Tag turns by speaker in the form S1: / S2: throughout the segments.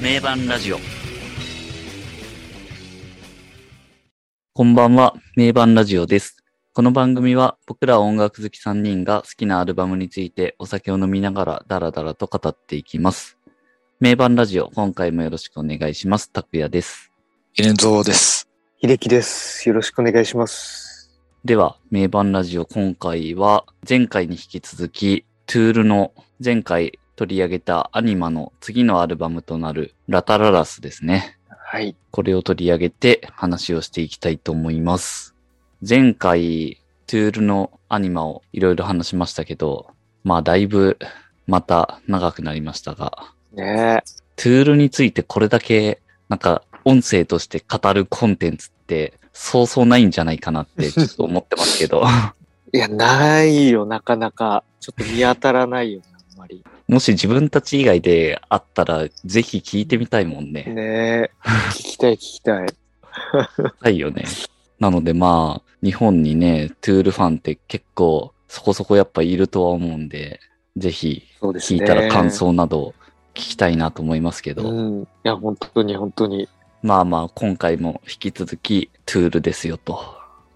S1: 名盤ラジオ。こんばんは、名盤ラジオです。この番組は僕ら音楽好き3人が好きなアルバムについてお酒を飲みながらダラダラと語っていきます。名盤ラジオ、今回もよろしくお願いします。拓也です。
S2: エレンゾーです。
S3: 秀樹です。よろしくお願いします。
S1: では、名盤ラジオ、今回は前回に引き続き、トゥールの前回取り上げたアニマの次のアルバムとなるラタララスですね。
S3: はい。
S1: これを取り上げて話をしていきたいと思います。前回、トゥールのアニマをいろいろ話しましたけど、まあだいぶまた長くなりましたが、
S3: ね
S1: トゥールについてこれだけなんか音声として語るコンテンツってそうそうないんじゃないかなってちょっと思ってますけど、
S3: え。いや、ないよ、なかなか。ちょっと見当たらないよね、あんまり。
S1: もし自分たち以外であったらぜひ聞いてみたいもんね。
S3: ねえ。聞きたい、聞きたい。
S1: ないよね。なのでまあ、日本にね、トゥールファンって結構そこそこやっぱいるとは思うんで、ぜひ
S3: そうです
S1: 聞
S3: ね。
S1: いたら感。想などを聞きたいなと思いますけど、
S3: うん。いや、本当に、本当に。
S1: まあまあ今回も引き続きトゥールですよと。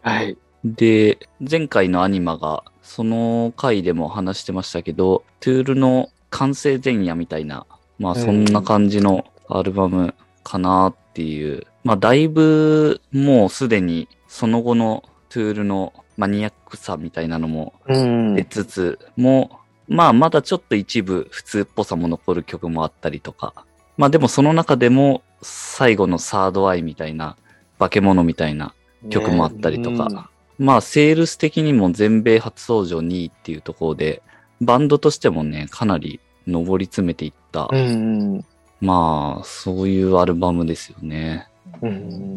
S3: はい。
S1: で、前回のアニマがその回でも話してましたけど、トゥールの完成前夜みたいな、まあ
S3: うん
S1: そんな感じのアルバムかなっていう、まあだいぶもうすでにその後のトゥールのマニアックさみたいなのも
S3: うん。
S1: 出つつ、もう、まあまだちょっと一部普通っぽさも残る曲もあったりとか、まあでもその中でも最後のサードアイみたいな、化け物みたいな曲もあったりとか、
S3: ね
S1: まあセールス的にも全米初登場2位っていうところで、バンドとしてもね、かなり上り詰めていった、
S3: うん。うん
S1: まあそういうアルバムですよね。
S3: うん。 う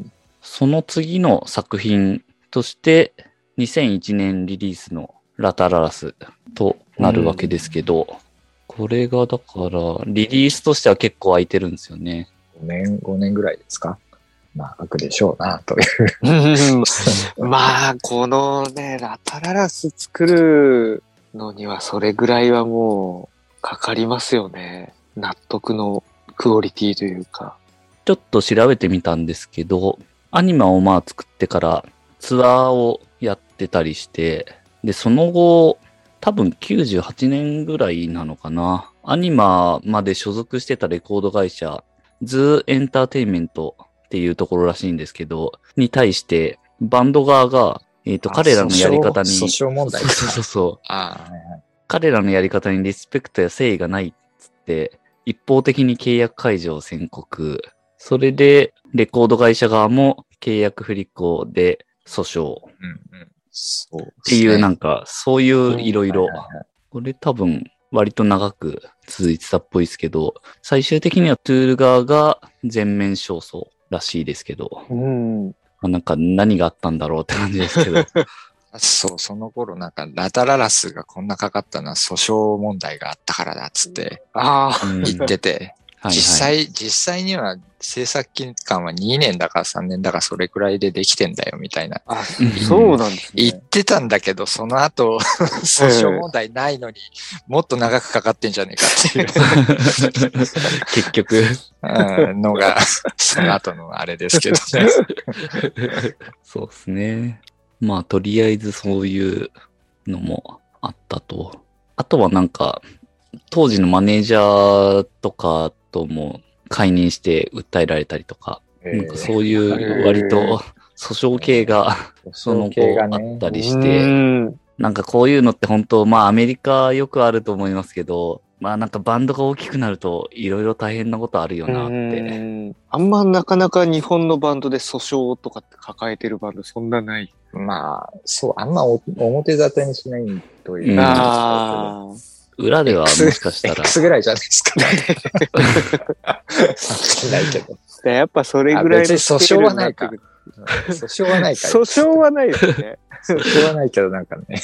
S3: ん。
S1: その次の作品として、2001年リリースのラタララスとなるわけですけど、これがだから、リリースとしては結構空いてるんですよね。
S2: 5年、5年ぐらいですかまあ、悪でしょうな、という。
S3: まあ、このね、ラタララス作るのにはそれぐらいはもうかかりますよね。納得のクオリティというか。
S1: ちょっと調べてみたんですけど、アニマをまあ作ってからツアーをやってたりして、で、その後、多分98年ぐらいなのかな。アニマまで所属してたレコード会社、ズーエンターテインメントっていうところらしいんですけど、に対して、バンド側が、えっ、と、彼らのやり方に、
S2: 訴訟訴訟問題です
S1: そう
S2: か
S1: そうそう、
S3: あ
S2: はいはい
S1: 彼らのやり方にリスペクトや誠意がないっつって、一方的に契約解除を宣告。それで、レコード会社側も契約不履行で訴訟っ
S2: うんうんそうって
S1: いうなん
S2: か
S1: んか、そういういろいろ
S2: はいはいはい
S1: これ多分割と長く続いてたっぽいですけど、最終的にはトゥール側が全面勝訴らしいですけど、
S3: うん。
S1: まあなんか何があったんだろうって感じですけ ど、
S2: そう、その頃なんか、ラタララスがこんなかかったのは訴訟問題があったからだっつって
S3: ああ、
S1: うん
S2: 言ってて、
S1: はいはい
S2: 実際、実際には制作期間は2年だか3年だかそれくらいでできてんだよみたいな。
S3: あ
S1: うん
S3: そうなんです
S2: 言っ
S3: ね。
S2: てたんだけど、その後、訴訟問題ないのに、もっと長くかかってんじゃねえか
S1: 結局。
S2: っていううん のが、その後のあれですけどね。
S1: そうですね。まあ、とりあえずそういうのもあったと。あとはなんか、当時のマネージャーとかとも解任して訴えられたりとか、なんかそういう割
S3: へー
S1: と訴訟系がその後あったりして、
S3: うん
S1: なんかこういうのって本当、まあアメリカよくあると思いますけど、まあなんかバンドが大きくなるといろいろ大変なことあるよなって。
S3: うんあんまなかなか日本のバンドで訴訟とかって抱えてるバンドそんなない。
S2: まあ、そう、あんまお表沙汰にしないというう。
S1: ん
S3: ああ。
S1: 裏ではもしかした ら。
S2: X ぐらいじゃないですかね。 しないけど。
S3: でやっぱそれぐらい
S2: あ別に
S3: の
S2: 訴訟
S3: スケール
S2: は
S3: に
S2: な
S3: って
S2: いか
S3: くる。
S2: 訴訟はないから。
S3: 訴訟はないよね。
S2: 訴訟はないけど、なんかね、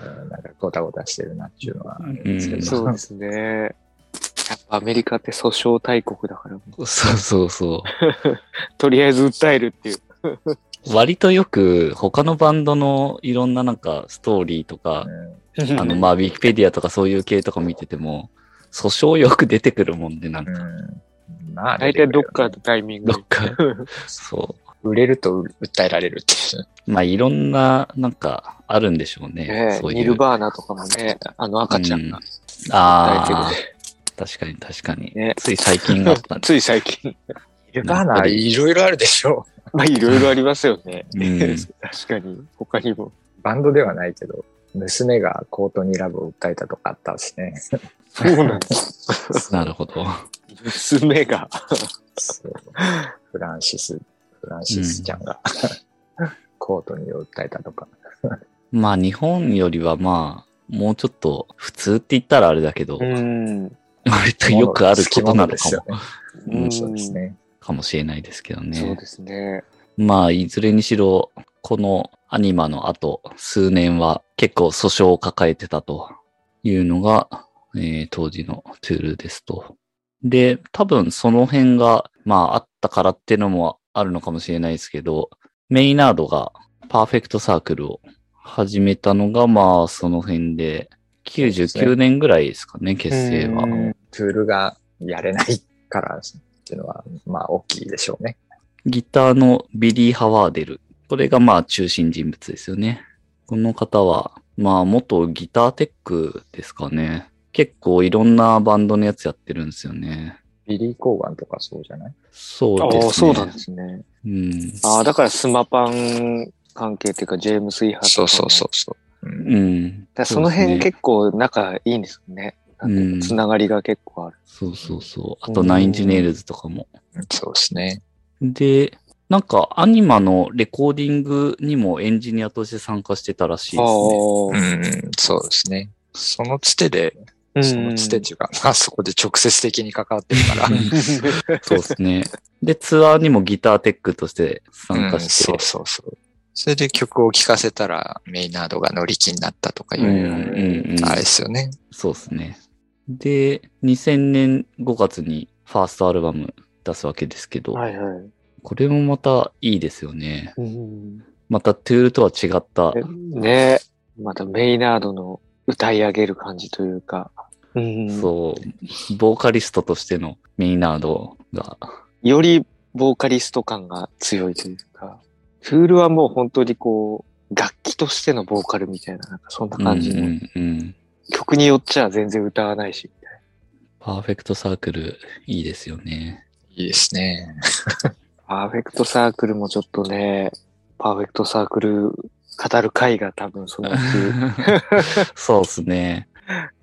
S2: うんなんかごたごたしてるなっていうのはあるんですけ
S1: うん
S2: ど。
S3: そうですね。やっぱアメリカって訴訟大国だから、
S1: そうそうそう。
S3: とりあえず訴えるっていう。
S1: 割とよく他のバンドのいろんななんかストーリーとか
S2: う、ん
S1: あのまあウィキペディアとかそういう系とか見てても、訴訟よく出てくるもんで、なん
S2: う
S1: か、
S2: んんな。
S3: 大体どっかのタイミング。
S1: どっか。そ
S2: 売れると訴えられるっていう。
S1: う。まあ、いろんな、なんか、あるんでしょうね。
S3: ね
S1: そういう。
S3: ニルバーナとかもね、あの赤ちゃんが。
S1: あ
S3: 訴
S1: あ
S3: えて、
S1: 確かに確かに。
S3: ね
S1: つい最近あったんで
S3: つい最近。
S2: ルバーナいろいろあるでしょ
S3: まあいろいろありますよね。
S1: うん
S3: 確かに。他にも。
S2: う。バンドではないけど、娘がコートニーラブを訴えたとかあったしね。
S3: そうなんです。
S1: す。なるほど。
S3: 娘が。
S2: そうフランシス、フランシスちゃんが、コートニーを訴えたとか。
S1: まあ、日本よりはまあ、もうちょっと普通って言ったらあれだけど、
S3: ん。
S1: 割とよくあることなのかも,、
S2: ものですよね。うんそうですね。
S1: かもしれないですけどね。
S3: そうですね。
S1: まあ、いずれにしろ、このアニマの後、数年は結構訴訟を抱えてたというのが、えー当時のトゥールですと。で、多分その辺が、まあ、あったからっていうのもあるのかもしれないですけど、メイナードがパーフェクトサークルを始めたのが、まあ、その辺で、99年ぐらいですかね、結成は。
S2: トゥールがやれないからっていうのは、まあ大きいでしょうね。
S1: ギターのビリー・ハワーデル。これがまあ中心人物ですよね。この方は、まあ元ギターテックですかね。結構いろんなバンドのやつやってるんですよね。
S2: ビリー・コーガンとかそうじゃない
S1: そう
S3: あ
S1: ですね。
S3: あ、そうなんですね。
S1: うん。
S3: ああ、だからスマパン関係っていうか、ジェームス・イハとかも
S2: うそう。うん
S1: うん。
S3: だからその辺結構仲いいんですよね。
S1: うですねうん
S3: つながりが結構ある。
S1: そうそうそう。あと、ナインチネイルズとかも。
S2: そうですね。
S1: で、なんか、アニマのレコーディングにもエンジニアとして参加してたらしいですね。
S2: ん、そうですね。そのつてで、
S3: ああ
S2: そのつて っていうか、まあそこで直接的に関わってるから。
S1: うんそうですね。で、ツアーにもギターテックとして参加して、
S2: うんそうそうそう。それで曲を聴かせたら、メイナードが乗り気になったとかいう、
S1: うんうんうん
S2: あれですよね。
S1: そうですね。で、2000年5月にファーストアルバム出すわけですけど、
S3: はいはい。
S1: これもまたいいですよね。
S3: うん
S1: またトゥールとは違った。
S3: えねまたメイナードの歌い上げる感じというか、うん
S1: そう、ボーカリストとしてのメイナードが、
S3: よりボーカリスト感が強いというか、フールはもう本当にこう、楽器としてのボーカルみたいな、なんかそんな感じの、
S1: うんうんうん
S3: 曲によっちゃ全然歌わないし、みたい
S1: パーフェクトサークルいいですよね。
S2: いいですね。
S3: な。パーフェクトサークルもちょっとね、パーフェクトサークル語る回が多分 そのうち
S1: そうですね。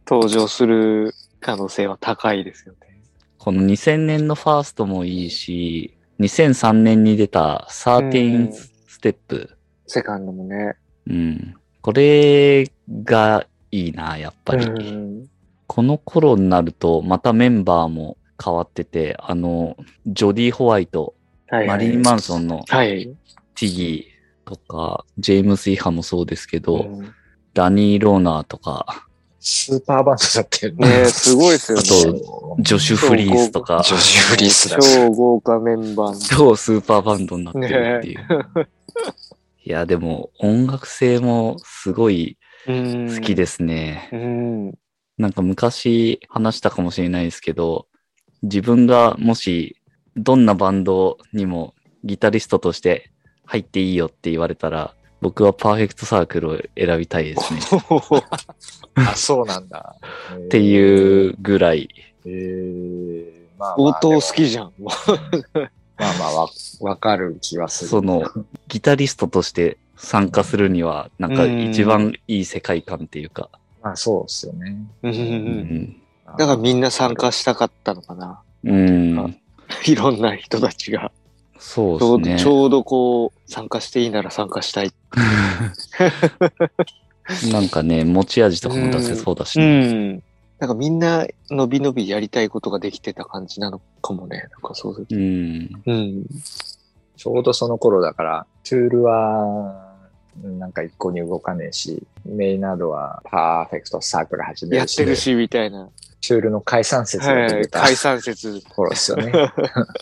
S3: 登場する可能性は高いですよね。
S1: この2000年のファーストもいいし、2003年に出た
S3: う
S1: 13
S3: ん
S1: ステップ。
S3: セカンドもね。
S1: うん。これがいいな、やっぱり。
S3: うん
S1: この頃になると、またメンバーも変わってて、あの、ジョディ・ホワイト、
S3: はい、
S1: マ
S3: はい。
S1: リーン・マンソンの
S3: はい。
S1: ティギーとか、ジェームス・イハもそうですけど、
S3: うん
S1: ダニー・ローナーとか、
S2: スーパーバンドだって
S3: ねすごいですよね。
S1: あジョシュ・フリースとか、
S2: ジョシュ・フリースだし。
S3: 超豪華メンバー
S1: 超スーパーバンドになってるっていう。いや、でも音楽性もすごい
S3: の。
S1: 好きですね。
S3: うん。
S1: なんか昔話したかもしれないですけど、自分がもしどんなバンドにもギタリストとして入っていいよって言われたら、僕はパーフェクトサークルを選びたい ですね。っ
S2: あ、そうなんだ。ってう。
S1: いうぐらい。
S2: えー、まあ、まあ
S3: 相当好きじゃん。も
S2: まあまあわ、わかる気はする。
S1: その、ギタリストとして参加するには、なんか一番いい世界観っていうか。
S2: まあそうですよね。
S3: ううんうんう
S1: うんん。
S3: だからみんな参加したかったのかな。
S1: うん。
S3: いろんな人たちが。
S1: そう
S3: ちょうど、
S1: で
S3: ち
S1: すね。
S3: ょうどこう、参加していいなら参加したい。
S1: なんかね、持ち味とかも出せそうだしね、
S3: ん。なんかみんな、のびのびやりたいことができてた感じなのかもね。なんかそうすると。
S1: うん。
S3: うん。
S2: ちょうどその頃だから、トゥールは、なんか一向に動かねえし、メイナードはパーフェクトサークル始め
S3: やっ
S2: るして
S3: るし、みたいな。
S2: トゥールの解散説が
S3: は
S2: 出
S3: い。
S2: た
S3: 解散説。
S2: 頃ですよね。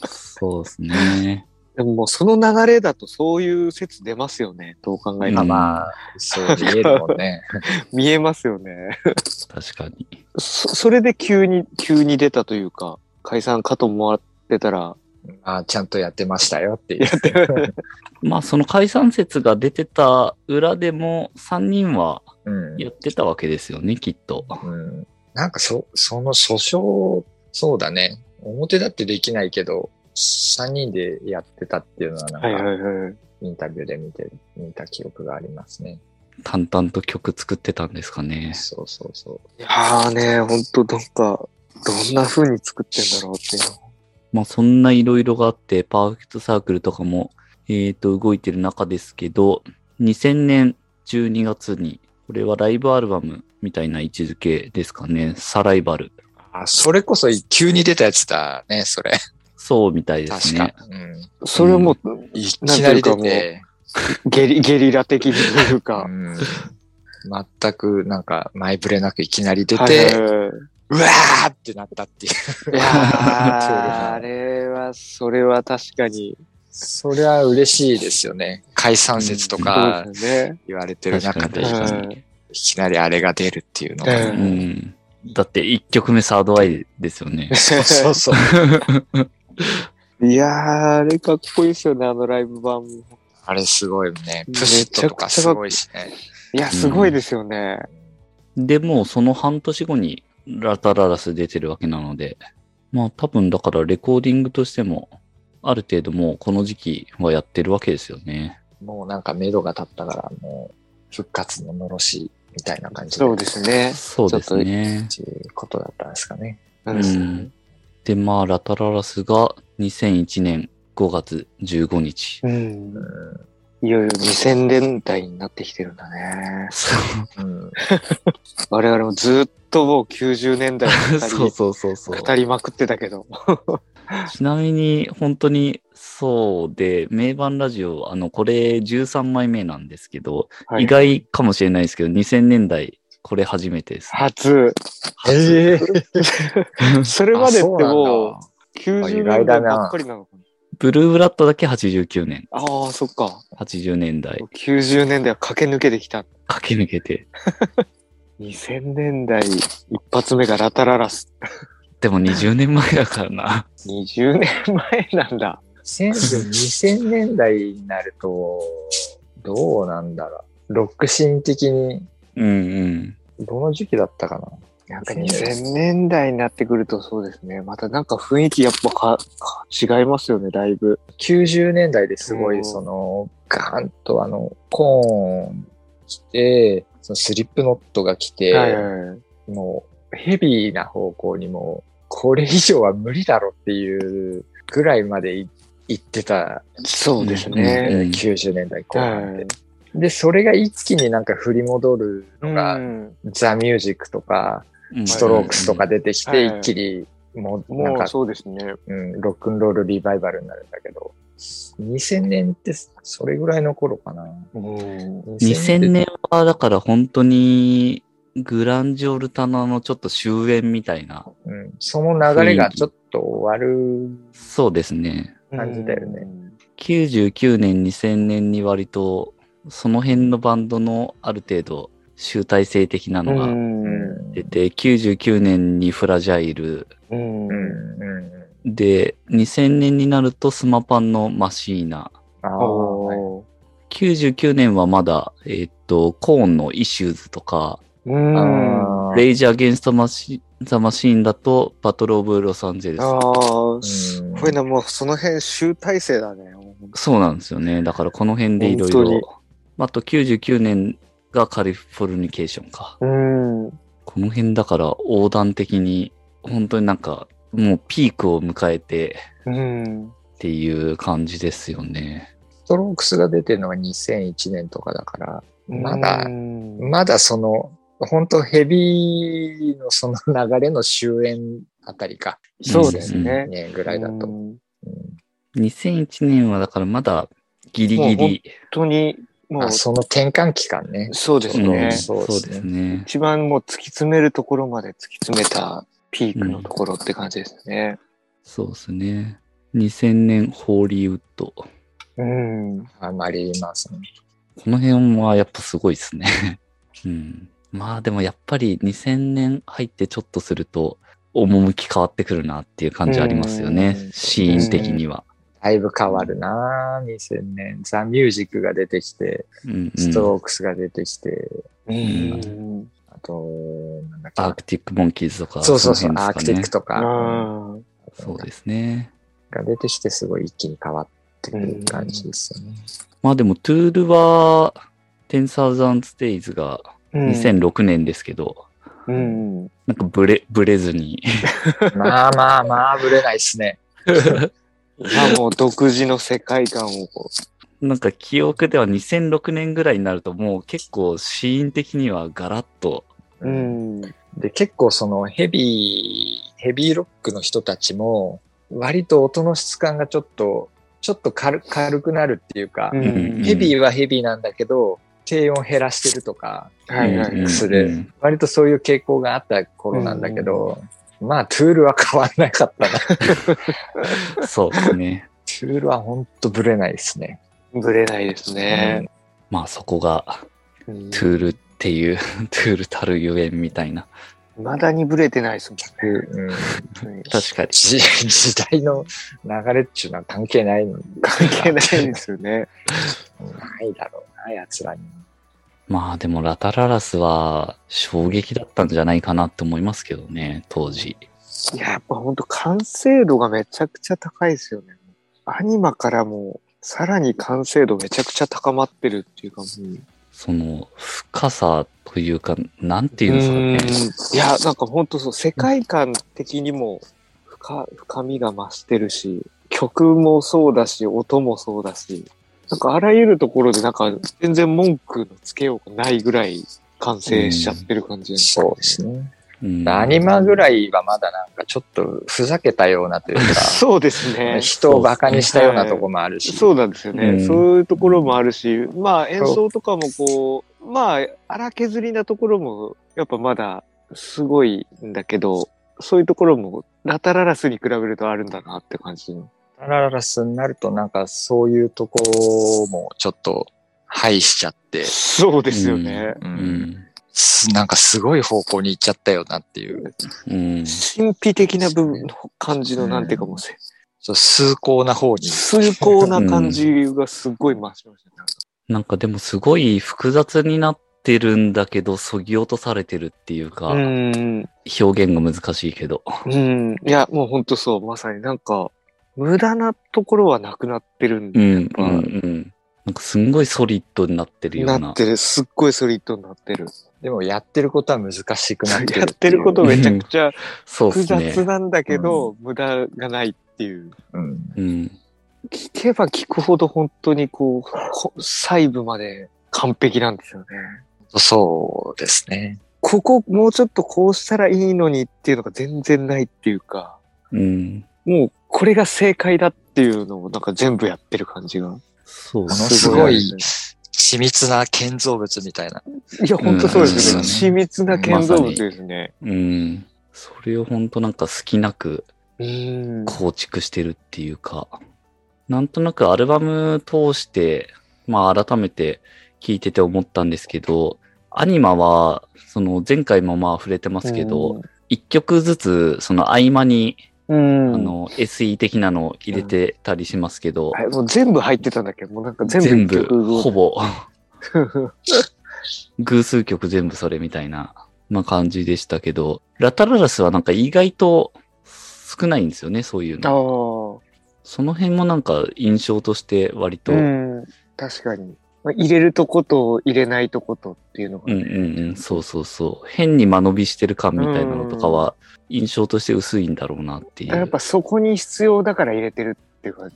S1: そうですね。
S3: でももうその流れだとそういう説出ますよね。どう考えて
S2: ま
S3: も。
S2: あまあ、そう言えるもんね。
S3: 見えますよね。
S1: 確かに。
S3: そ、それで急に、急に出たというか、解散かと思わ出たら、
S2: あちゃんとやってましたよっていう。
S1: まあ、その解散説が出てた裏でも、3人は
S2: うん
S1: やってたわけですよね、きっと。
S2: うんなんかそ、その訴訟、そうだね。表だってできないけど、3人でやってたっていうのは、
S3: はい
S2: なんか、
S3: はいはい。
S2: インタビューで見て、見た記憶がありますね。
S1: 淡々と曲作ってたんですかね。
S2: そうそうそ
S3: いやーね、ほんとどっか、どんな風に作ってんだろうっていう
S1: まあ、そんないろいろがあって、パーフェクトサークルとかも、えっ、と、動いてる中ですけど、2000年12月に、これはライブアルバムみたいな位置づけですかね。サライバル。
S2: う。あ、それこそ急に出たやつだね、それ。
S1: そうみたいです
S2: 確
S1: ね
S2: か。。うん。
S3: の。それはもう、
S2: いきなり出て、
S3: ゲリ、ゲリラ的にという
S2: う
S3: か。
S2: ん、全くなんか前触れなくいきなり出て、
S3: はいはいはいう
S2: わーってなったってい う。
S3: いや
S2: そうだ
S3: ー
S2: な
S3: あれは、それは確かに、
S2: それは嬉しいですよね。解散説とか
S3: そうですね。
S2: 言われてる中で、
S1: 確かに
S3: うん
S1: 確かに
S2: いきなりあれが出るっていうの
S3: う
S2: が。。
S1: うんん。だって1曲目サードアイですよね
S2: そうそうそう。
S3: いやー、あれかっこいいですよね、あのライブ版も。
S2: あれすごいね。
S3: め
S2: プ
S3: ちゃくちゃ
S2: シットとかすごいしね。
S3: いや、すごいですよね。
S1: でもうその半年後にラタララス出てるわけなので、まあ多分だからレコーディングとしても、ある程度もうこの時期はやってるわけですよね。
S2: もうなんか目処が立ったから、もう復活ののろしみたいな感じ
S3: そうですね。
S1: そうですね。
S2: っていうことだったんですかね。
S3: う
S1: うんん。で、まあラタララスが2001年5月15日。
S3: うん
S2: う
S3: いよいよ2000年代になってきてるんだね。
S2: ん。うん
S3: 我々もずっともう90年代 に
S1: そう
S3: 語
S1: そうそうそう
S3: り。語りまくってたけど。
S1: ちなみに、本当にそうで、名盤ラジオ、あの、これ13枚目なんですけど、
S3: はい
S1: 意外かもしれないですけど、2000年代、これ初めてです。
S3: 初。
S2: ええ
S3: それまでってもう
S2: うなんだ
S3: 90年代ばっかりなのかな。
S1: ブルーブラッドだけ89年、
S3: ああ、そっか。
S1: 80年代、
S3: 90年代は駆け抜けてきた。
S1: 駆け抜けて、
S3: 2000年代一発目がラタララス。
S1: でも20年前だからな。
S3: 20年前なんだ。
S2: 千2000年代になると、どうなんだろう。ロックシーン的に、
S1: うんうん。
S2: どの時期だったかな。
S3: なんか2000年代になってくるとそうですね。またなんか雰囲気やっぱかか違いますよね、だいぶ。
S2: 90年代ですご
S3: うん
S2: い、その、ガーンとあの、コーン来て、そのスリップノットが来て、
S3: はいはいはい。
S2: もうヘビーな方向にもう、これ以上は無理だろっていうぐらいまでい行ってた、
S3: そうです
S1: うん
S3: ね。
S2: 90年代後半
S3: は
S2: で
S3: い。
S2: で、それが一気になんか振り戻るのが、
S3: うん
S2: ザ・ミュージックとか、
S1: うん
S2: ストロークスとか出てきて、
S3: うん
S2: 一気に、もう、なん
S3: も
S2: か
S3: う、そうですね。
S2: うん、ロックンロールリバイバルになるんだけど、2000年ってそれぐらいの頃かな。
S3: うん
S1: 2000
S2: って
S1: 年は、だから本当に、グランジオルタナのちょっと終焉みたいな。
S2: うん、その流れがちょっと終わる。
S1: そうですね。
S2: 感じだよね
S1: 99年、2000年に割と、その辺のバンドのある程度集大成的な
S3: う。
S1: のが
S2: うん
S1: 出て、99年にフラジャイル、
S3: うん。
S2: うん
S3: うん。
S2: う
S1: で、2000年になるとスマパンのマシーナ、
S2: ん。ああ、はい
S3: おー
S1: 99年はまだ、えーっと、コーンのイシューズとか、
S3: うん。あ
S2: あー
S1: レイジアゲンストマシザマシーンだと、バトルオブロサンゼルス。
S3: あ、す
S2: うん
S3: ごいな、もうその辺集大成だね。
S1: そうなんですよね。だからこの辺でいろい
S3: 本当に
S1: ろ。あと99年がカリフォルニケーションか。
S3: うん。
S1: この辺だから横断的に、本当になんか、もうピークを迎えて
S3: うん。
S1: っていう感じですよね。
S2: ストロークスが出てるのが2001年とかだから、まだ
S3: うん
S2: まだその、本当ヘビーのその流れの終焉あたりか、
S3: そうですね。
S2: ね、ぐらいだと。
S3: う
S2: うん
S3: ん
S1: 2001年はだからまだギリギリ。
S3: 本当に、も
S2: あ
S3: う、
S2: その転換期間ね。
S3: そうです
S1: うん
S3: ね。
S1: そうですね。
S3: 一番もう突き詰めるところまで突き詰めたピークのところって感じですね。
S1: そうですね。2000年ホーリーウッド。こ
S3: うん。
S2: あまりいますね。
S1: の辺はやっぱすごいですね。うん。まあでもやっぱり2000年入ってちょっとすると、趣変わってくるなっていう感じありますよね
S2: うん。
S1: シーン的には。
S2: だいぶ変わるなぁ2000年。ザ・ミュージックが出てきて、
S1: うんう
S2: ス
S1: ん
S2: トロークスが出てきて、
S3: うん。
S2: あと、なんだっけ
S1: アークティック・モンキーズとか。
S2: そうそうそう、
S1: の
S2: アー
S1: 辺
S2: ク
S1: です
S2: ティ
S1: か
S2: ッ
S1: ね
S2: ク
S3: ああ。
S2: とか、
S1: そうですね。
S2: が出てきて、すごい一気に変わってくる感じですよね。
S1: まあでも、トゥールは、10,000 Days が2006年ですけど、
S3: うん。
S1: なんかブレ、ブレず に。
S2: まあまあまあ、ぶれないっすね。
S3: まあもう独自の世界観をこ
S1: なんか記憶では2006年ぐらいになるともう結構シーン的にはガラッと。
S3: う。うん。
S2: で、結構そのヘビー、ヘビーロックの人たちも、割と音の質感がちょっと、ちょっと軽軽くなるっていうか、
S3: うん
S1: うん
S2: ヘビーはヘビーなんだけど、低音減らしてるとか、
S3: はいは
S1: うん
S3: い。
S2: する
S1: うん
S2: 割とそういう傾向があった頃なんだけど、まあ、トゥールは変わんなかったな。 ト
S1: そうですね。
S2: ゥールはほんとブレないですね。
S3: ぶれないですね。
S1: まあそこが
S3: うん
S1: トゥールっていう、 トゥールたるゆえんみたいな。
S3: まだにぶれてないですもん ね。
S2: うん、
S1: 確かに。
S2: 時時代の流れっちゅうのは関係ないのに
S3: 関係ないんですよね。
S2: ないだろうな、奴らに。
S1: まあでもラタララスは衝撃だったんじゃないかなって思いますけどね、当時。
S3: いややっぱほんと完成度がめちゃくちゃ高いですよね。アニマからもさらに完成度めちゃくちゃ高まってるっていうかもう
S1: その深さというか、なんていうんですかね。
S3: いや、なんかほんとそう、世界観的にも深深みが増してるし、曲もそうだし、音もそうだし、なんかあらゆるところでなんか全然文句のつけようがないぐらい完成しちゃってる感じです。
S2: そうですね。
S1: うん
S2: アニマぐらいはまだなんかちょっとふざけたようなというか、
S3: そうですね。
S2: 人をバカにしたようなとこもあるし。
S3: そうなんですよね、
S1: うん
S3: そういうところもあるし、まあ演奏とかもこう、まあ荒削りなところもやっぱまだすごいんだけど、そういうところもラタララスに比べるとあるんだなって感じ。
S2: ラララスになるとなんかそういうとこもちょっと排しちゃって、
S3: そうですよね。
S2: う
S1: うんん。
S2: すなんかすごい方向に行っちゃったよなっていう、
S1: うん。
S3: 神秘的な部分の感じの、
S2: うん
S3: なんていうかもうせ、
S2: そう崇高な方に。
S3: 崇高な感じがすごい増しましたね。
S1: なんかでもすごい複雑になってるんだけど、そぎ落とされてるっていうか、
S3: うん。
S1: 表現が難しいけど。
S3: うん。いや、もうほんとそう、まさになんか、無駄なところはなくなってるんで
S1: うん、うん、うん。なんかすんごいソリッドになってるような。
S3: なってる。すっごいソリッドになってる。
S2: でもやってることは難しくなってる
S3: やってること
S1: が
S3: めちゃくちゃ
S1: そうです
S3: 複雑
S1: ね。
S3: なんだけど、無駄がないっていう。
S2: うん。
S1: うん。
S3: 聞けば聞くほど本当にこうこ、細部まで完璧なんですよね。
S2: そうですね。
S3: ここもうちょっとこうしたらいいのにっていうのが全然ないっていうか、
S1: うん。
S3: もうこれが正解だっていうのをなんか全部やってる感じが。
S1: そう
S2: ものすごい
S3: ね
S2: 緻密な建造物みたいな。
S3: いや、本当そうですね。
S1: うん
S3: 緻密な建造物ですね。
S1: うん。それをほんとなんか好きなく
S3: うん。
S1: 構築してるっていうか、なんとなくアルバム通して、まあ改めて聞いてて思ったんですけど、アニマは、その前回もまあ触れてますけど、一、曲ずつその合間に、
S3: うん、
S1: あの SE 的なのを入れてたりしますけど、
S3: あれもう全部入ってたんだっけど、もうなんか全部
S1: 全部
S3: 一曲動い
S1: ほ
S3: て
S1: ぼ偶数曲全部それみたいな、まあ、感じでしたけど、ラタララスはなんか意外と少ないんですよね、そういうの。
S3: あ
S1: その辺もなんか印象として割
S3: あ、
S1: と、
S3: う
S1: うん
S3: ん、確かに。まあ入れるとこと入れないとことっていうの
S1: う
S3: が、
S1: んうん、そうそうそう。変に間延びしてる感みたいなのとかは印象として薄いんだろうなってい
S3: や
S1: う
S3: っぱ。そこに必要だから入れてるっていう感じ。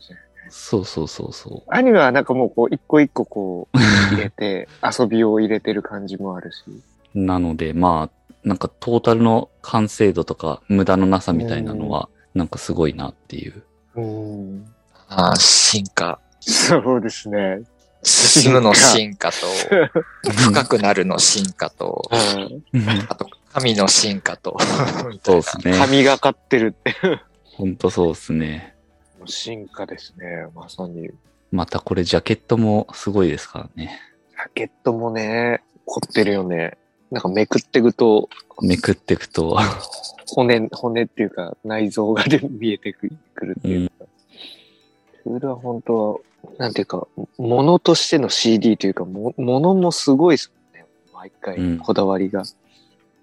S1: そうそうそうそ
S3: アニメはなんかもうこう一個一個 こう入れて遊びを入れてる感じもあるし。
S1: う。なのでまあ、なんかトータルの完成度とか無駄のなさみたいなのはなんかすごいなっていう。
S3: うん、
S2: ああ、進化。
S3: そうですね。
S2: 進むの進化と、深くなるの進化と、あと、神の進化と、みた
S1: そう
S2: い
S1: で
S2: な
S1: すね。
S3: 神がかってるって。
S1: ほんとそうですね。
S3: 進化ですね、まさに。ジ
S1: またこれジャケットもすごいですからね。
S3: ャケットもね、凝ってるよね。なんかめくっていくと、
S1: めくっていくと、
S3: 骨、骨っていうか、内臓がで 見えてくるっていうか。ツールは本当は、なんていうか、ものとしての CD というか、ものもすごいですもんね。毎
S1: うん
S3: 回、こだわりが。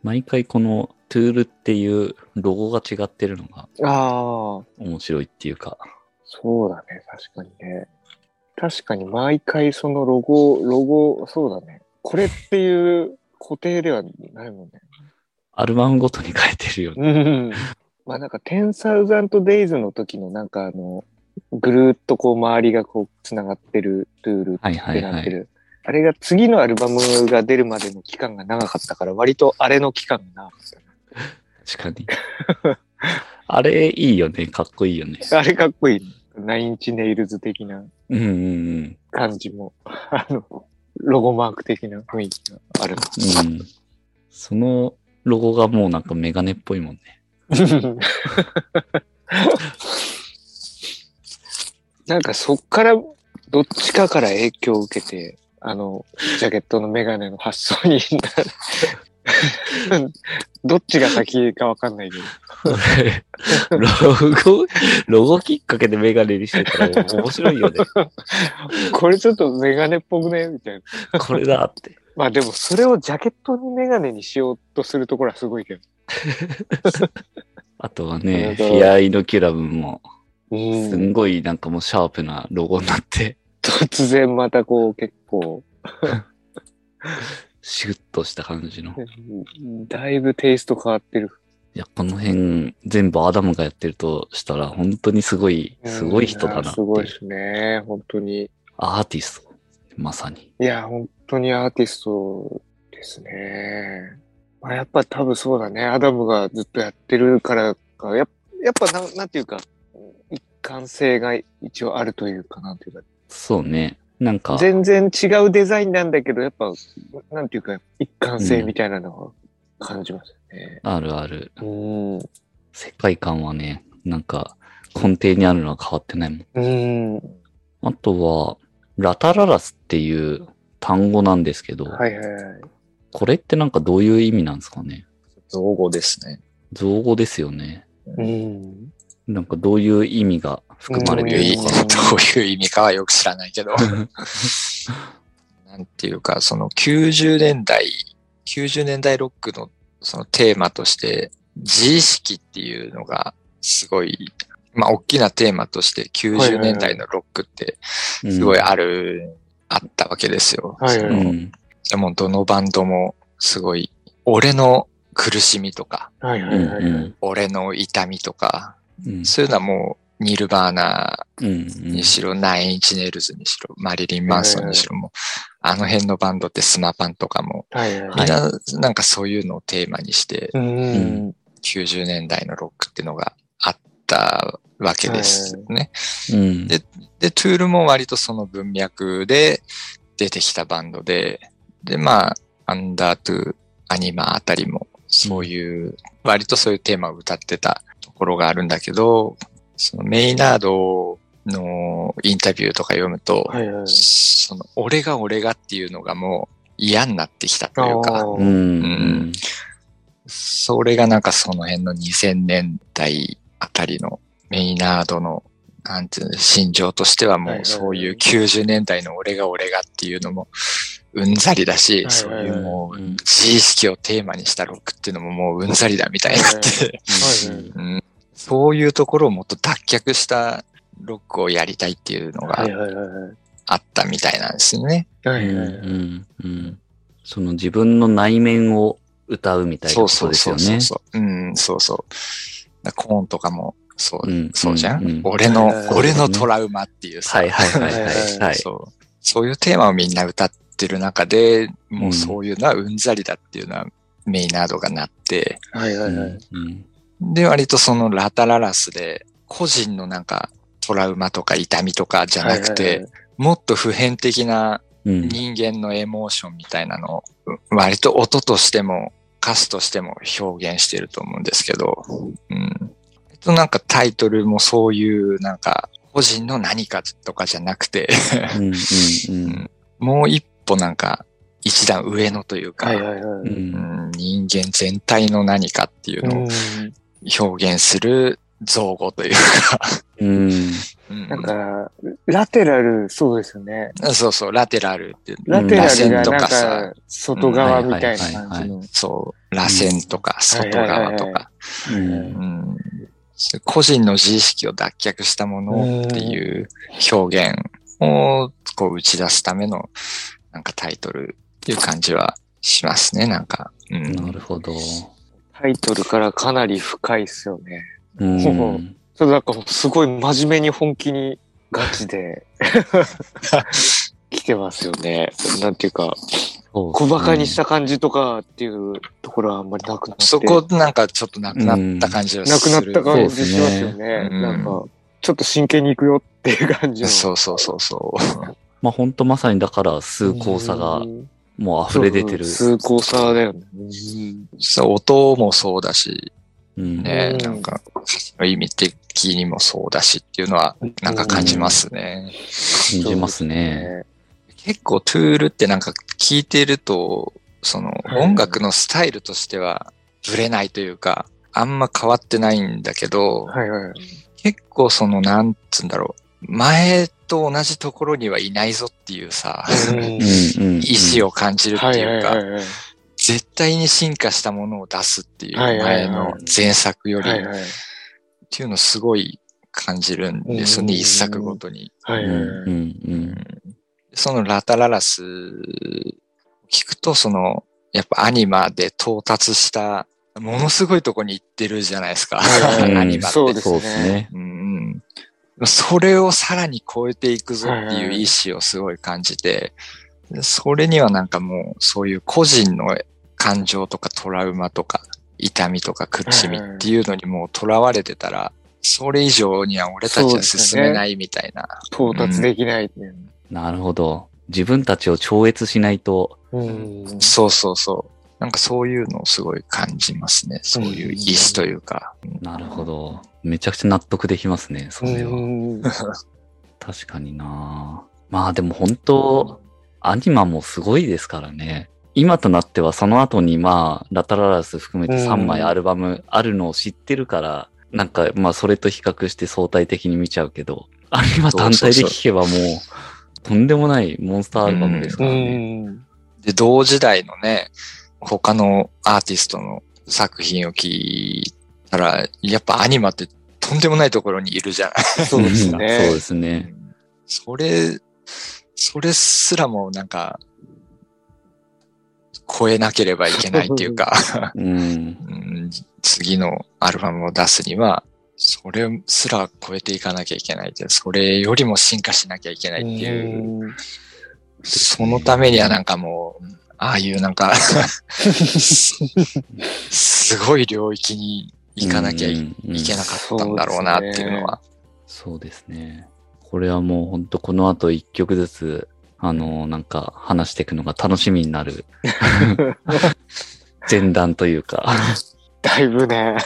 S1: 毎回このトゥールっていうロゴが違ってるのが
S3: ああ、
S1: 面白いっていうか、
S3: そうだね、確かにね。確かに毎回そのロゴ、ロゴ、そうだね。これっていう固定ではないもんね。
S1: アルバムごとに変えてるよね。
S3: うん。まあなんか、テンサウザントデイズの時のなんかあの、ぐるーっとこう周りがこう繋がってるルール
S1: はい
S3: っ
S1: は
S3: て
S1: い
S3: な
S1: は
S3: ってる。
S1: い。
S3: あれが次のアルバムが出るまでの期間が長かったから、割とあれの期間が長かったね
S1: 確かに。 あれいいよね。かっこいいよ ね。
S3: あれかっこいい。ナインチネイルズ的な
S1: うんうんうん。
S3: 感じも、あの、ロゴマーク的な雰囲気がある。
S1: うん。そのロゴがもうなんかメガネっぽいもんね。
S3: なんかそっから、どっちかから影響を受けて、あの、ジャケットのメガネの発想にな どっちが先かわかんないけど。
S1: ロゴ、ロゴきっかけでメガネにしてたら面白いよね。
S3: これちょっとメガネっぽくねみたいな。
S1: これだって。
S3: まあでもそれをジャケットにメガネにしようとするところはすごいけど。
S1: あとはね、
S3: なるほど
S1: 悲哀のキュラブも、
S3: う
S1: す
S3: ん。
S1: んごいなんかもうシャープなロゴになって、
S3: 突然またこう結構、
S1: シュッとした感じの。
S3: だいぶテイスト変わってる。
S1: いや、この辺全部アダムがやってるとしたら、本当にすごい、すごい人だなって
S3: すごい
S1: い
S3: で
S1: う。
S3: すね。本当に。
S1: アーティスト。まさに。
S3: いや、本当にアーティストですね。まあ、やっぱ多分そうだね。アダムがずっとやってるからか、やっやっぱなん、なんていうか、一貫性が一応あるというか、なんていう
S1: そうね。なん
S3: か、
S1: か、
S3: 全然違うデザインなんだけど、やっぱ、なんていうか、一貫性みたいなのは感じますよね。
S1: あるある。
S3: うん。う
S1: 世界観はね、なんか、根底にあるのは変わってないもん。
S3: ん。
S1: あとは、ラタララスっていう単語なんですけど、
S3: はいはいはい。
S1: これってなんかどういう意味なんですかね
S2: 造語ですね。
S1: 造語ですよね。
S3: うん。
S1: なんかどういう意味が含ま
S2: ど
S1: れ
S2: う
S1: てる
S2: いう意
S1: の
S2: 味、
S1: か
S2: ど
S1: な。
S2: ういう意味かはよく知らないけど。 なんていうか、その90年代、90年代ロックのそのテーマとして、自意識っていうのがすごい、まあ大きなテーマとして
S3: はいはいは
S2: 90
S3: い
S2: 年代のロックってすごいある、あったわけですよ。
S3: はいはい
S1: うん。うん
S2: そのもうどのバンドもすごい、俺の苦しみとか、
S3: はいは
S1: う
S3: い
S1: ん
S3: はい。
S1: うん
S2: 俺の痛みとか、
S1: うん
S2: そういうのはもうニルバーナ
S1: うん
S2: にしろ、ナインインチネイルズにしろ、マリリン・マンソンにしろ、もうあの辺のバンドってスマパンとかも、
S3: はいはい
S2: み
S3: は
S2: ん
S3: い。
S2: ななんかそういうのをテーマにして、
S3: うん。
S2: 90年代のロックっていうのがあったわけですね。
S1: うん
S2: でで、トゥールも割とその文脈で出てきたバンドで、で、まあ、アンダートゥアニマあたりも、そういう、割とそういうテーマを歌ってたところがあるんだけど、そのメイナードのインタビューとか読むと、
S3: はいはい。
S2: その、俺が俺がっていうのがもう嫌になってきたという
S3: あ
S2: か、
S3: ー
S1: うん
S2: うんそれがなんかその辺の2000年代あたりのメイナードの、なんていうの、心情としては
S3: はい
S2: も
S3: は
S2: う
S3: い
S2: そういう90年代の俺が俺がっていうのもうんざりだし、
S3: はい
S2: そう
S3: はい
S2: いうもう
S1: うん
S2: 自意識をテーマにしたロックっていうのももううんざりだみたいになって、
S3: はいはい
S2: うんそういうところをもっと脱却したロックをやりたいっていうの
S3: はい
S2: が
S3: はいはいはい。
S2: あったみたいなんですよね。
S3: は
S1: う
S3: い
S1: ん
S3: はいはい。
S1: うんうんその自分の内面を歌うみたいな
S2: そう
S1: こ
S2: そ
S1: と
S2: う
S1: です
S2: そ
S1: よ
S2: うそ
S1: ね
S2: う。そう。うん、そうそう。だからコーンとかも、そう、
S1: うん
S2: そうじゃん、
S1: うんうん
S2: 俺の、
S3: はいはいはい
S2: 俺のトラウマっていうさ、
S1: はいはいはいはいはい。
S2: そう。そういうテーマをみんな歌ってる中で、も
S1: ん
S2: うそういうのはうんざりだっていうのはメイナードがなって、
S3: はいはいはい。
S1: うん
S2: で、割とそのラタララスで、個人のなんかトラウマとか痛みとかじゃなくて、
S3: はいはいはい
S2: もっと普遍的な
S1: うん
S2: 人間のエモーションみたいなのをう割と音としても歌詞としても表現してると思うんですけど、うん。えっとなんかタイトルもそういうなんか個人の何かとかじゃなくて、
S1: う んうんうん
S2: もう一歩なんか一段上のというか、
S3: はいはいは
S1: う
S3: い。
S1: ん。
S2: うん人間全体の何かっていうのを表現する造語というか、
S1: うん。
S2: うん
S3: だから、ラテラル、そうですよね。
S2: そうそう、ラテラルって、
S3: ラテラルが
S2: 螺旋と
S3: なん
S2: かさ
S3: か、外側みたいな感じの。
S2: そう、螺旋とか外側とか、
S1: うん
S2: うん個人の自意識を脱却したものっていう表現をこう打ち出すためのなんかタイトルっていう感じはしますね、なんか。うん
S1: なるほど。
S3: タイトルからかなり深いですよね。
S1: うん。
S3: ほぼそれなんかすごい真面目に本気にガチ で来てますよね。なんていうか、
S1: そう。
S3: 小馬鹿にしたた感じとかっていうところはあんまりなくなって。
S2: そこなんかちょっとなくなった感じは
S3: な
S2: す
S3: くなっ
S2: る。
S3: た感じ
S1: す
S3: し
S1: る
S3: ますよね。
S2: うん
S3: なんか、ちょっと真剣に行くよっていう感じの。
S2: そうそうそうそう。
S1: まあ本当まさにだから崇高さが
S3: うん
S1: もう溢れ出てる。
S3: そうそう崇高さだよね。
S2: そう音もそうだし、
S1: うん。
S2: ね
S3: うん
S2: なんか、意味的にもそうだしっていうのは、なんか感じますね。
S1: 感じますね。
S2: 結構トゥールってなんか聞いてると、その
S3: はい
S2: 音楽のスタイルとしてはブレないというか、あんま変わってないんだけど、
S3: はいはい。
S2: 結構そのなんつうんだろう、前と同じところにはいないぞっていうさ、
S1: うんうん。うん
S2: 意志。を感じるっ
S3: は
S2: て
S3: いはいいうは
S2: か、
S3: いはい。
S2: 絶対に進化したものを出すっていう
S3: はいはい
S2: 前
S3: はい
S2: の前作より
S3: はい
S2: っ
S3: はい。
S2: ていうのすごい感じるんですよね、
S3: うん
S2: 一作ごとに。
S3: は
S1: う
S3: い
S1: ん
S3: は
S1: う
S3: い
S1: ん
S3: はい。
S1: うん。
S2: そのラタララス、聞くとその、やっぱアニマで到達した、ものすごいとこに行ってるじゃないですか。
S3: はい
S1: はい
S2: アニマって。
S3: そうです
S1: そうですね。
S2: うんうんそれをさらに超えていくぞって
S3: はい
S2: いう
S3: は
S2: 意
S3: い
S2: 志をすごい感じて、それにはなんかもうそういう個人の感情とかトラウマとか痛みとか苦しみっていうのにもう囚われてたら、それ以上には俺たちは進めないみたいな。
S3: 到達できないっていう。
S1: なるほど。自分たちを超越しないと、
S3: うん。
S2: そうそうそう。なんかそういうのをすごい感じますね。そういう意志というか。
S1: なるほど。めちゃくちゃ納得できますね、それは。
S3: うん
S1: 確かになまあでも本当、アニマもすごいですからね。今となってはその後にまあ、ラタララス含めて3枚
S3: うん
S1: アルバムあるのを知ってるから、なんかまあそれと比較して相対的に見ちゃうけど、アニマ単体で聞けばもう、とんでもないモンスターアルバムです
S3: う
S1: からね。
S3: ん。
S2: で、同時代のね、他のアーティストの作品を聞いたら、やっぱアニマってとんでもないところにいるじゃない。
S3: そうですね。
S1: そうですね。
S2: それ、それすらもなんか、超えなければいけないっていうか、
S1: うん。
S2: うん次のアルバムを出すには、それすら超えていかなきゃいけないって、それよりも進化しなきゃいけないっていう、
S3: うん
S2: そのためにはなんかもう、ああいうなんかす、すごい領域に行かなきゃ
S1: う
S2: い,、
S1: ん
S2: けなかったんだろうなっていうのは。
S1: そうですね。これはもう本当この後一曲ずつ、あのーなんか話していくのが楽しみにな る前段という か、
S3: だいぶね。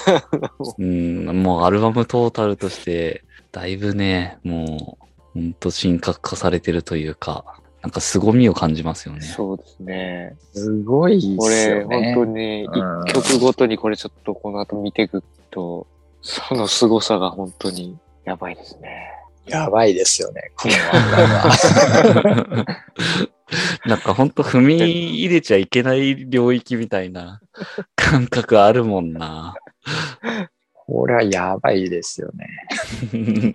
S1: うん、もうアルバムトータルとして、だいぶね、もう本当神格化されてるというか、なんか凄みを感じますよね。
S3: そうですね。
S2: すごいで
S3: こ
S2: す
S3: れ、
S2: よね。
S3: 本当に、
S2: うん
S3: 一曲ごとにこれちょっとこの後見ていくと、その凄さが本当にやばいですね。
S2: やばいですよね、この アルバムは。
S1: なんか本当踏み入れちゃいけない領域みたいな感覚あるもんな。
S2: これはやばいですよね。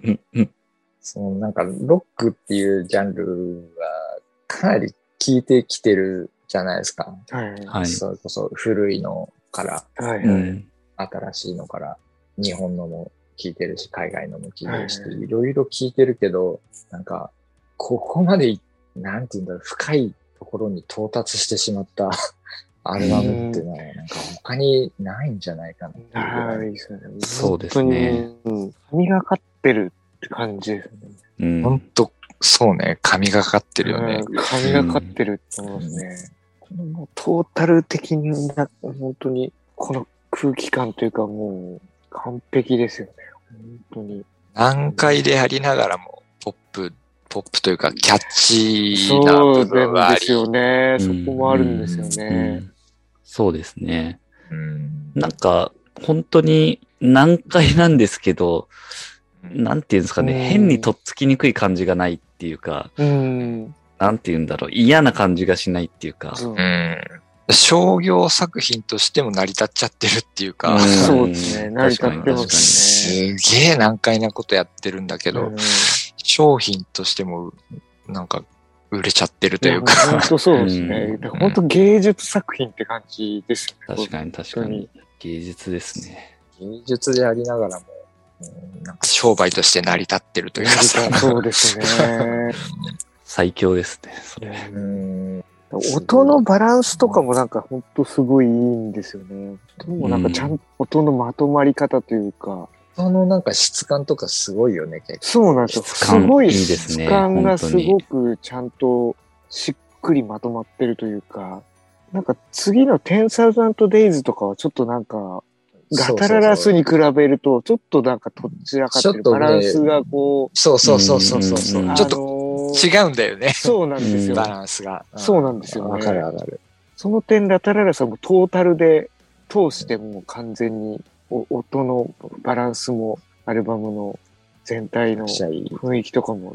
S2: そのなんかロックっていうジャンルはかなり聞いてきてるじゃないですか。
S3: はい。
S1: はい。
S2: それこそ古いのから
S3: は
S1: う
S3: い。
S1: ん。
S2: 新しいのから日本のも聞いてるし海外のも聞いてるし、
S3: はいい
S2: ろいろ聞いてるけど、なんかここまでいなんて言うんだろう深いところに到達してしまった アルバムっていうのはなんか他にないんじゃないかなっていうぐらい
S3: はい、いいですね。
S1: そうですね
S3: 本当に、うん、神がかってるって感じですね。
S1: うん
S2: ほんと、そうね、神がかってるよね。
S3: うん神がかってるって思いますね。このもうトータル的にな、本当に、この空気感というかもう、完璧ですよね。本当に。
S2: 難解でありながらも、ポップポップというか、キャッチーな
S3: そ
S2: 部
S3: う
S2: 分
S3: な
S2: が
S3: ん
S2: あ
S3: で
S2: り
S3: す。よね。そこもあるんですよ
S1: うんう
S3: ね。
S1: んそうですね。
S2: うん
S1: なんか、本当に難解なんですけど、なんていうんですかね、
S3: うん
S1: 変にとっつきにくい感じがないっていうか、
S3: うん。
S1: なんていうんだろう、嫌な感じがしないっていうか。
S3: そう
S2: うん商業作品としても成り立っちゃってるっていうか、
S1: うん
S3: そうですね。成り立っ
S1: 確
S3: て
S1: かに
S3: ますね。
S2: すげえ難解なことやってるんだけど、
S3: うん
S2: 商品としても、なんか、売れちゃってるというか、
S3: 本当そうですね。
S1: うん
S3: 本当芸術作品って感じですよね。
S1: 確かに確かに。芸術ですね。
S2: 芸術でありながらも、うんなんか商売として成り立ってるというかさ、
S3: そうですね。
S1: 最強ですね、それ。
S2: うん
S3: 音のバランスとかもなんかほんとすごいいいんですよね。でもなんかちゃん、と音のまとまり方というか、
S2: 音のなんか質感とかすごいよね、結
S3: そうなんですよ。
S1: 質
S3: す
S1: 感
S3: ごい
S1: いいですね
S3: 質感が
S1: 本
S3: す
S1: 当に
S3: ごくちゃんとしっくりまとまってるというか、なんか次の10,000 days とかはちょっとなんか、ガ
S2: 構。
S3: タララス
S2: に。
S3: に比べると、ちょっとなんかとっちらかって
S2: ちょ
S3: る。
S2: っとね
S3: バランスがこ
S2: そうそうそうそうそうそう
S3: う、
S1: ん
S2: う。ちょっと
S3: と
S2: 違うんだよね。
S3: そうなんです
S1: うん
S3: よ。
S2: バランスが。
S3: そうなんですよね
S2: わかるわかる。
S3: その点、ラタララさんもトータルで通してもう完全にお音のバランスもアルバムの全体の
S2: めっちゃいい
S3: 雰囲気とかも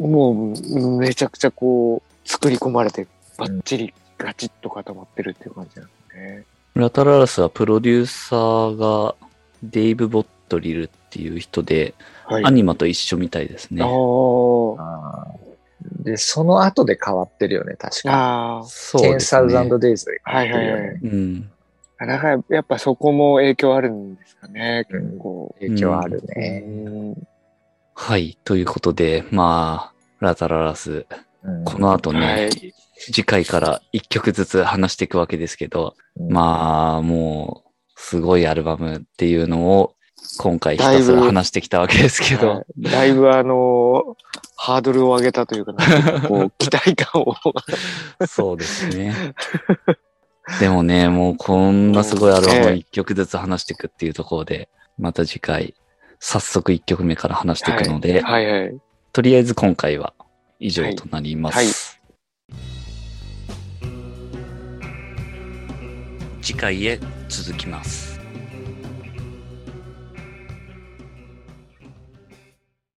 S3: もうめちゃくちゃこう作り込まれてバッチリガチッと固まってるっていう感じなんですね。
S1: ラタララスはプロデューサーがデイブ・ボットリルっていう人で、
S3: はい。
S1: アニマと一緒みたいですね。
S3: あ
S2: あーで、その後で変わってるよね、確
S3: あ。
S2: か。
S3: ああ。
S1: そう
S2: テン
S1: です
S2: サウザン
S1: ね
S2: ド。デイズで変わっ
S3: はい
S2: て
S3: は
S2: る
S3: い
S2: よ
S3: は
S2: ね
S3: い。
S1: うん。
S3: だからやっぱそこも影響あるんですかね、
S2: うん
S3: 結構。
S2: 影響ある
S3: う
S2: ね。
S3: ん
S1: はい。ということで、まあ、ラタララス、
S2: うん
S1: この後ね、
S3: はい。
S1: 次回から一曲ずつ話していくわけですけど、まあ、もう、すごいアルバムっていうのを、今回ひたすら話してきたわけですけど、
S3: はいだいぶあのーハードルを上げたというか、なんていうかこ う、期待感を。
S1: そうですね。でもね、もうこんなすごいアルバムを一曲ずつ話していくっていうところで、また次回、早速一曲目から話していくので、
S3: はいはい。
S1: とりあえず今回は以上となります。
S3: はいは
S1: 次回へ続きます。